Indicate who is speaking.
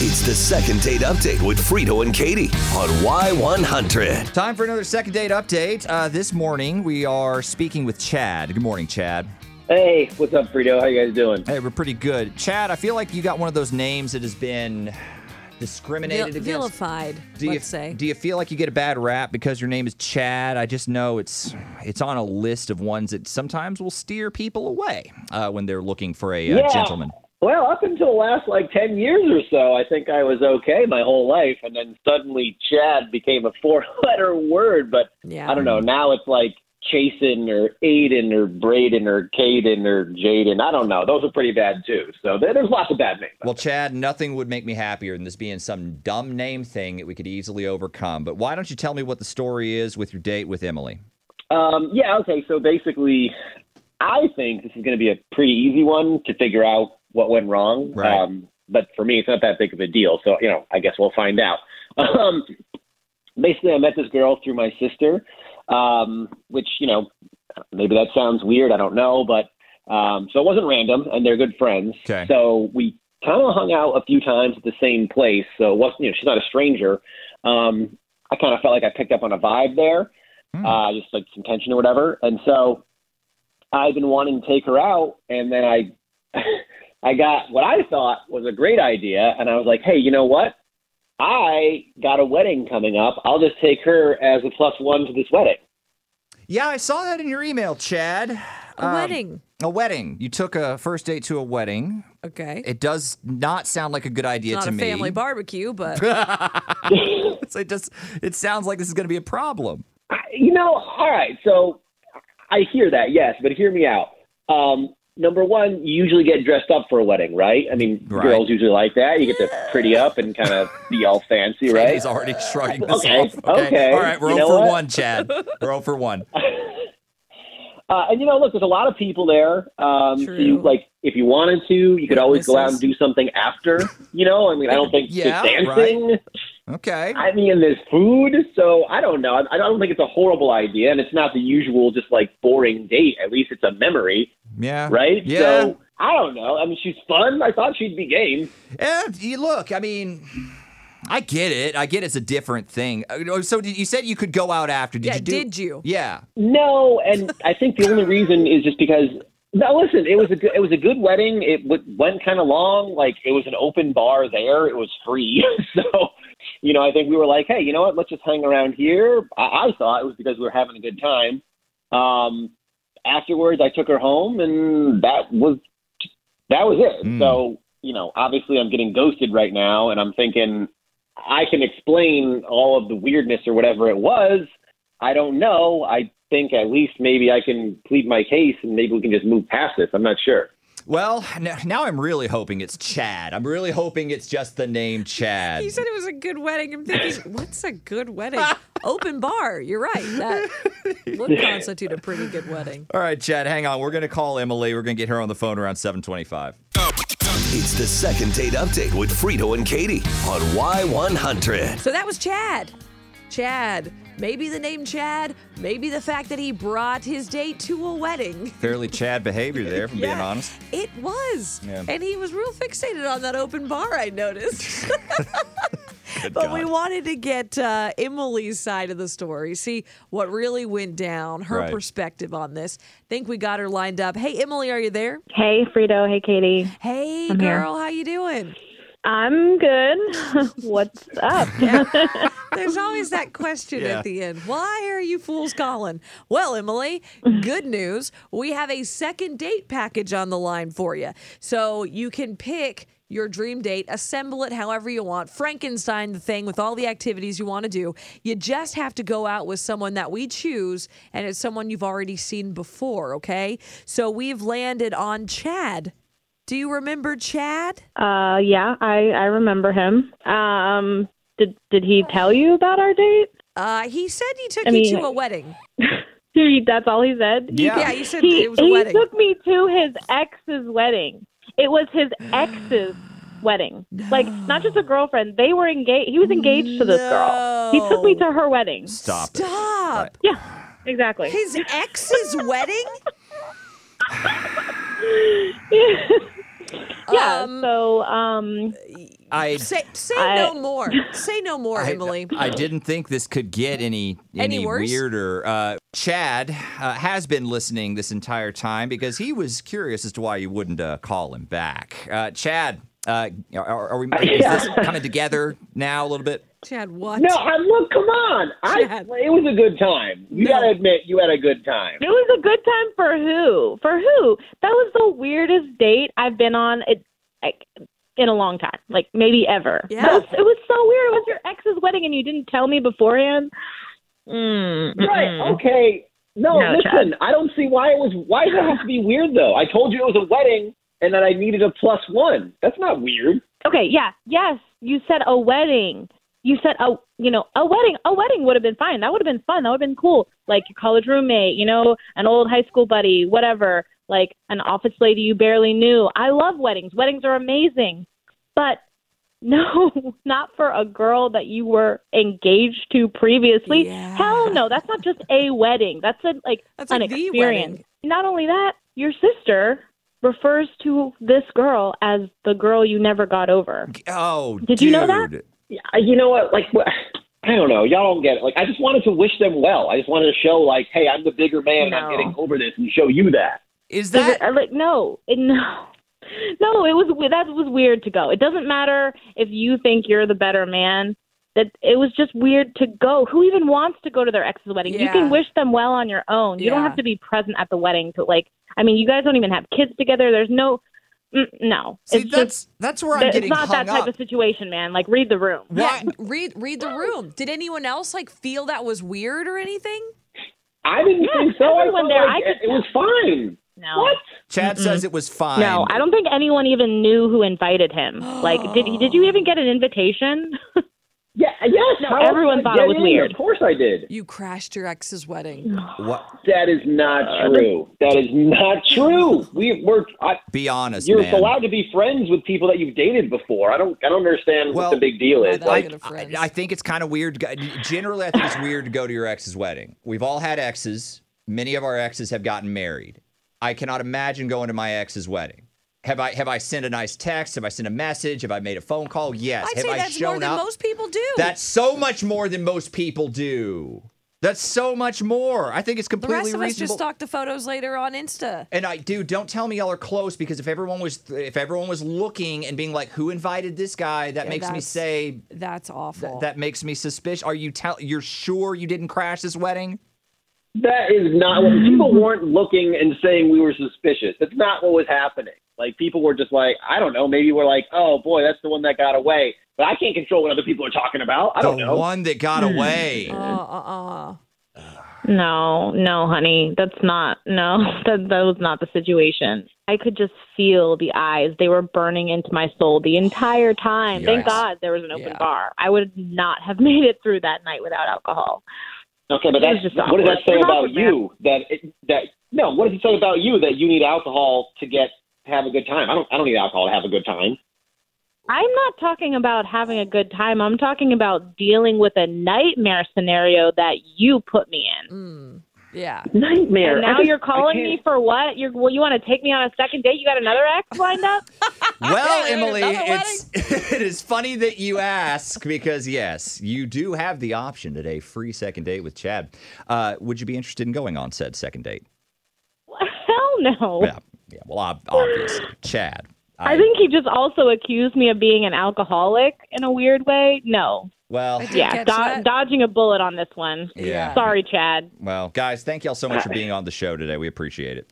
Speaker 1: It's the second date update with Frito and Katie on Y100.
Speaker 2: Time for another second date update. Uh, this morning we are speaking with Chad. Good morning, Chad.
Speaker 3: Hey, what's up, Frito? How you guys doing?
Speaker 2: Hey, we're pretty good. Chad, I feel like you got one of those names that has been discriminated
Speaker 4: Vil-
Speaker 2: against.
Speaker 4: vilified,
Speaker 2: Do you,
Speaker 4: let's say.
Speaker 2: do you feel like you get a bad rap because your name is Chad? I just know it's it's on a list of ones that sometimes will steer people away uh, when they're looking for a uh, gentleman.
Speaker 3: Well, up until the last like ten years or so, I think I was okay my whole life, and then suddenly Chad became a four-letter word. But
Speaker 4: Yeah.
Speaker 3: I don't know. Now it's like Chasen or Aiden or Braden or Caden or Jaden. I don't know. Those are pretty bad too. So there- there's lots of bad names.
Speaker 2: Well, Chad, nothing would make me happier than this being some dumb name thing that we could easily overcome. But why don't you tell me what the story is with your date with Emily?
Speaker 3: Um, yeah, okay. So basically, I think this is going to be a pretty easy one to figure out what went wrong.
Speaker 2: Right.
Speaker 3: Um, but for me, it's not that big of a deal. So, you know, I guess we'll find out. Um, basically, I met this girl through my sister, um, which, you know, maybe that sounds weird. I don't know. But um, so it wasn't random, and they're good friends.
Speaker 2: Okay.
Speaker 3: So we kind of hung out a few times at the same place. So it wasn't, you know, she's not a stranger. Um, I kind of felt like I picked up on a vibe there uh, just like some tension or whatever. And so I've been wanting to take her out, and then I I got what I thought was a great idea, and I was like, hey, you know what? I got a wedding coming up. I'll just take her as a plus one to this wedding.
Speaker 2: Yeah, I saw that in your email, Chad.
Speaker 4: A
Speaker 2: um,
Speaker 4: wedding.
Speaker 2: A wedding. You took a first date to a wedding.
Speaker 4: Okay.
Speaker 2: It does not sound like a good idea
Speaker 4: Not
Speaker 2: to
Speaker 4: a
Speaker 2: me.
Speaker 4: family barbecue, but
Speaker 2: So it just it sounds like this is going to be a problem.
Speaker 3: you know, all right. So I hear that, yes, but hear me out. Um, number one, you usually get dressed up for a wedding, right? I mean,
Speaker 2: Right.
Speaker 3: girls usually like that. You get to pretty up and kind of be all fancy, right?
Speaker 2: He's already shrugging this
Speaker 3: Okay,
Speaker 2: off.
Speaker 3: okay.
Speaker 2: All right, we're
Speaker 3: You
Speaker 2: 0
Speaker 3: know
Speaker 2: for
Speaker 3: what?
Speaker 2: 1, Chad. We're 0 for 1.
Speaker 3: Uh, and you know, look, there's a lot of people there. Um, so
Speaker 4: True.
Speaker 3: you, like, if you wanted to, you could always go out and
Speaker 4: Witnesses.
Speaker 3: do something after. You know, I mean, I don't think
Speaker 2: Yeah,
Speaker 3: there's dancing.
Speaker 2: Okay.
Speaker 3: I mean, there's food. So I don't know. I, I don't think it's a horrible idea, and it's not the usual just like boring date. At least it's a memory,
Speaker 2: Yeah.
Speaker 3: right?
Speaker 2: Yeah.
Speaker 3: So I don't know. I mean, she's fun. I thought she'd be game.
Speaker 2: Eh, you look, I mean, I get it. I get it's a different thing. Uh, So did, you said you could go out after. Did
Speaker 4: yeah,
Speaker 2: you do?
Speaker 4: did you?
Speaker 2: Yeah.
Speaker 3: No, and I think the only reason is just because. No, listen. It was a good, it was a good wedding. It w- went kind of long. Like it was an open bar there. It was free, so you know I think we were like, hey, you know what? Let's just hang around here. I, I thought it was because we were having a good time. Um, afterwards, I took her home, and that was that was it.
Speaker 2: Mm.
Speaker 3: So you know, obviously, I'm getting ghosted right now, and I'm thinking I can explain all of the weirdness or whatever it was. I don't know. I think at least maybe I can plead my case and maybe we can just move past this. I'm not sure.
Speaker 2: Well, n- now I'm really hoping it's Chad. I'm really hoping it's just the name Chad.
Speaker 4: You said it was a good wedding. I'm thinking, what's a good wedding? Open bar. You're right. That would constitute a pretty good wedding.
Speaker 2: All right, Chad, hang on. We're going to call Emily. We're going to get her on the phone around 725.
Speaker 1: It's the second date update with Frito and Katie on Y100.
Speaker 4: So that was Chad. Chad. Maybe the name Chad. Maybe the fact that he brought his date to a wedding.
Speaker 2: Fairly Chad behavior there, if I'm being
Speaker 4: Yeah,
Speaker 2: honest.
Speaker 4: It was.
Speaker 2: Yeah.
Speaker 4: And he was real fixated on that open bar, I noticed.
Speaker 2: Good
Speaker 4: But
Speaker 2: God.
Speaker 4: we wanted to get uh, Emily's side of the story, see what really went down, her
Speaker 2: Right.
Speaker 4: perspective on this. Think we got her lined up. Hey, Emily, are you there?
Speaker 5: Hey, Frito. Hey, Katie.
Speaker 4: Hey,
Speaker 5: I'm here.
Speaker 4: girl, how you doing?
Speaker 5: I'm good. What's up?
Speaker 4: There's always that question
Speaker 2: Yeah.
Speaker 4: at the end. Why are you fools calling? Well, Emily, good news. We have a second date package on the line for you. So you can pick your dream date, assemble it however you want, Frankenstein the thing with all the activities you want to do. You just have to go out with someone that we choose, and it's someone you've already seen before, okay? So we've landed on Chad. Do you remember Chad?
Speaker 5: Uh, yeah, I, I remember him. Um, did did he tell you about our date?
Speaker 4: Uh, he said he took
Speaker 5: I
Speaker 4: you
Speaker 5: mean-
Speaker 4: to a wedding.
Speaker 5: He, that's all he said. He-
Speaker 2: Yeah.
Speaker 4: Yeah, you said
Speaker 5: he,
Speaker 4: it was a
Speaker 5: he
Speaker 4: wedding.
Speaker 5: took me to his ex's wedding. It was his ex's wedding. Like not just a girlfriend. They were engaged. He was engaged to this girl. He took me to her wedding.
Speaker 2: Stop. it.
Speaker 4: Stop.
Speaker 5: Yeah, exactly.
Speaker 4: His ex's wedding?
Speaker 5: yeah.
Speaker 4: Um,
Speaker 5: so um,
Speaker 2: I
Speaker 4: Say, say
Speaker 5: I-
Speaker 4: no more. Say no more,
Speaker 2: I-
Speaker 4: Emily.
Speaker 2: I, didn't think this could get any any,
Speaker 4: Any worse?
Speaker 2: weirder. Uh, Chad uh, has been listening this entire time because he was curious as to why you wouldn't uh, call him back. Uh, Chad, uh, are, are we is
Speaker 3: Yeah.
Speaker 2: this coming together now a little bit?
Speaker 4: Chad, what?
Speaker 3: No, I, look, come on. I,
Speaker 4: Chad.
Speaker 3: it was a good time. You
Speaker 4: No.
Speaker 3: gotta admit, you had a good time.
Speaker 5: It was a good time for who? For who? That was the weirdest date I've been on it, like, in a long time, like maybe ever.
Speaker 4: Yeah.
Speaker 5: That was- it was so weird. It was your ex's wedding, and you didn't tell me beforehand. Mm, mm,
Speaker 3: Right? Oh, Okay. No,
Speaker 5: No,
Speaker 3: listen. I don't see why it was. Why does it have to be weird though? I told you it was a wedding, and that I needed a plus one. That's not weird.
Speaker 5: Okay, yeah, yes, you said a wedding. You said a, you know, a wedding. A wedding would have been fine. That would have been fun. That would have been cool. Like your college roommate, you know, an old high school buddy, whatever. Like an office lady you barely knew. I love weddings. Weddings are amazing. But no, not for a girl that you were engaged to previously.
Speaker 4: Yeah.
Speaker 5: Hell no, that's not just a wedding. That's a like
Speaker 4: That's
Speaker 5: an
Speaker 4: like the
Speaker 5: experience.
Speaker 4: wedding.
Speaker 5: Not only that, your sister refers to this girl as the girl you never got over.
Speaker 2: Oh,
Speaker 5: Did you know that?
Speaker 2: dude.
Speaker 3: Yeah, You know what? Like, wh- I don't know. Y'all don't get it. Like, I just wanted to wish them well. I just wanted to show, like, hey, I'm the bigger man, and I'm
Speaker 5: No.
Speaker 3: getting over this, and show you that.
Speaker 2: Is
Speaker 5: Is it- uh,
Speaker 2: that
Speaker 5: I like no, it, no, no. It was we- that was weird to go. It doesn't matter if you think you're the better man. That it was just weird to go. Who even wants to go to their ex's wedding? You
Speaker 4: Yeah.
Speaker 5: can wish them well on your own. You don't
Speaker 4: Yeah.
Speaker 5: have to be present at the wedding to like. I mean, you guys don't even have kids together. There's no, mm, no.
Speaker 2: see?
Speaker 5: it's
Speaker 2: that's
Speaker 5: just
Speaker 2: that's where I'm
Speaker 5: it's
Speaker 2: getting
Speaker 5: not
Speaker 2: hung
Speaker 5: that type
Speaker 2: up.
Speaker 5: of situation, man. Like read the room.
Speaker 2: Why?
Speaker 4: Read read the room. Did anyone else like feel that was weird or anything?
Speaker 3: I didn't
Speaker 5: Yeah,
Speaker 3: think so. I
Speaker 5: everyone
Speaker 3: felt
Speaker 5: there,
Speaker 3: like
Speaker 5: I
Speaker 3: it,
Speaker 5: could
Speaker 3: it was fine.
Speaker 5: No.
Speaker 3: What?
Speaker 2: Chad says it was fine.
Speaker 5: No, I don't think anyone even knew who invited him. Like, did did you even get an invitation?
Speaker 3: Yeah. Yes.
Speaker 5: No,
Speaker 3: how else
Speaker 5: everyone
Speaker 3: did I
Speaker 5: thought
Speaker 3: get
Speaker 5: it was
Speaker 3: in?
Speaker 5: weird.
Speaker 3: Of course, I did.
Speaker 4: You crashed your ex's wedding.
Speaker 2: What?
Speaker 3: That is not
Speaker 5: Uh,
Speaker 3: true. That is not true. We we're I,
Speaker 2: Be honest,
Speaker 3: you're
Speaker 2: man.
Speaker 3: allowed to be friends with people that you've dated before. I don't I don't understand
Speaker 2: Well,
Speaker 3: what the big deal is.
Speaker 4: that I
Speaker 3: Like,
Speaker 4: could have
Speaker 2: I,
Speaker 4: friends.
Speaker 2: I think it's kind of weird. to go- Generally, I think it's weird to go to your ex's wedding. We've all had exes. Many of our exes have gotten married. I cannot imagine going to my ex's wedding. Have I have I sent a nice text? Have I sent a message? Have I made a phone call? Yes.
Speaker 4: I'd
Speaker 2: have
Speaker 4: say
Speaker 2: I
Speaker 4: that's
Speaker 2: shown
Speaker 4: more than
Speaker 2: up?
Speaker 4: most people do.
Speaker 2: that's so much more than most people do. That's so much more. I think it's
Speaker 4: the
Speaker 2: completely
Speaker 4: rest of us
Speaker 2: reasonable.
Speaker 4: just stalk the photos later on Insta.
Speaker 2: And I do. Don't tell me y'all are close because if everyone was if everyone was looking and being like, "Who invited this guy?" That
Speaker 4: Yeah,
Speaker 2: makes me
Speaker 4: that's-
Speaker 2: say
Speaker 4: That's awful.
Speaker 2: that makes me suspicious. Are you tell? You're sure you didn't crash this wedding?
Speaker 3: that is not what people weren't looking and saying we were suspicious. That's not what was happening. Like people were just like, I don't know, maybe we're like, oh boy, that's the one that got away. But I can't control what other people are talking about. I
Speaker 2: The
Speaker 3: don't know.
Speaker 2: one that got away.
Speaker 4: uh, uh, uh.
Speaker 5: No, no, honey, that's not. No, that that was not the situation. I could just feel the eyes; they were burning into my soul the entire time.
Speaker 2: Yikes.
Speaker 5: Thank God there was an open
Speaker 4: Yeah.
Speaker 5: bar. I would not have made it through that night without alcohol.
Speaker 3: Okay, but
Speaker 5: It
Speaker 3: that's
Speaker 5: was just
Speaker 3: what does that
Speaker 5: awkward.
Speaker 3: say
Speaker 5: It's
Speaker 3: about
Speaker 5: awkward, man.
Speaker 3: you? That it, that no, what does it say about you that you need alcohol to get to have a good time? I don't I don't need alcohol to have a good time.
Speaker 5: I'm not talking about having a good time. I'm talking about dealing with a nightmare scenario that you put me in.
Speaker 4: Mm. Yeah.
Speaker 3: Nightmare.
Speaker 5: And now you're calling me for what? You're well, you want to take me on a second date? You got another ex lined up?
Speaker 2: Well,
Speaker 4: Okay,
Speaker 2: Emily,
Speaker 4: another
Speaker 2: it's it is funny that you ask because yes, you do have the option today, free second date with Chad. Uh, would you be interested in going on said second date?
Speaker 5: Hell no.
Speaker 2: Yeah, yeah. Well, ob- obviously, Chad.
Speaker 5: Oh. I think he just also accused me of being an alcoholic in a weird way. No.
Speaker 2: Well,
Speaker 4: I did
Speaker 5: Yeah,
Speaker 4: catch
Speaker 5: do-
Speaker 4: that.
Speaker 5: dodging a bullet on this one.
Speaker 2: Yeah.
Speaker 5: Sorry, Chad.
Speaker 2: well, guys, thank y'all so much for being on the show today. We appreciate it.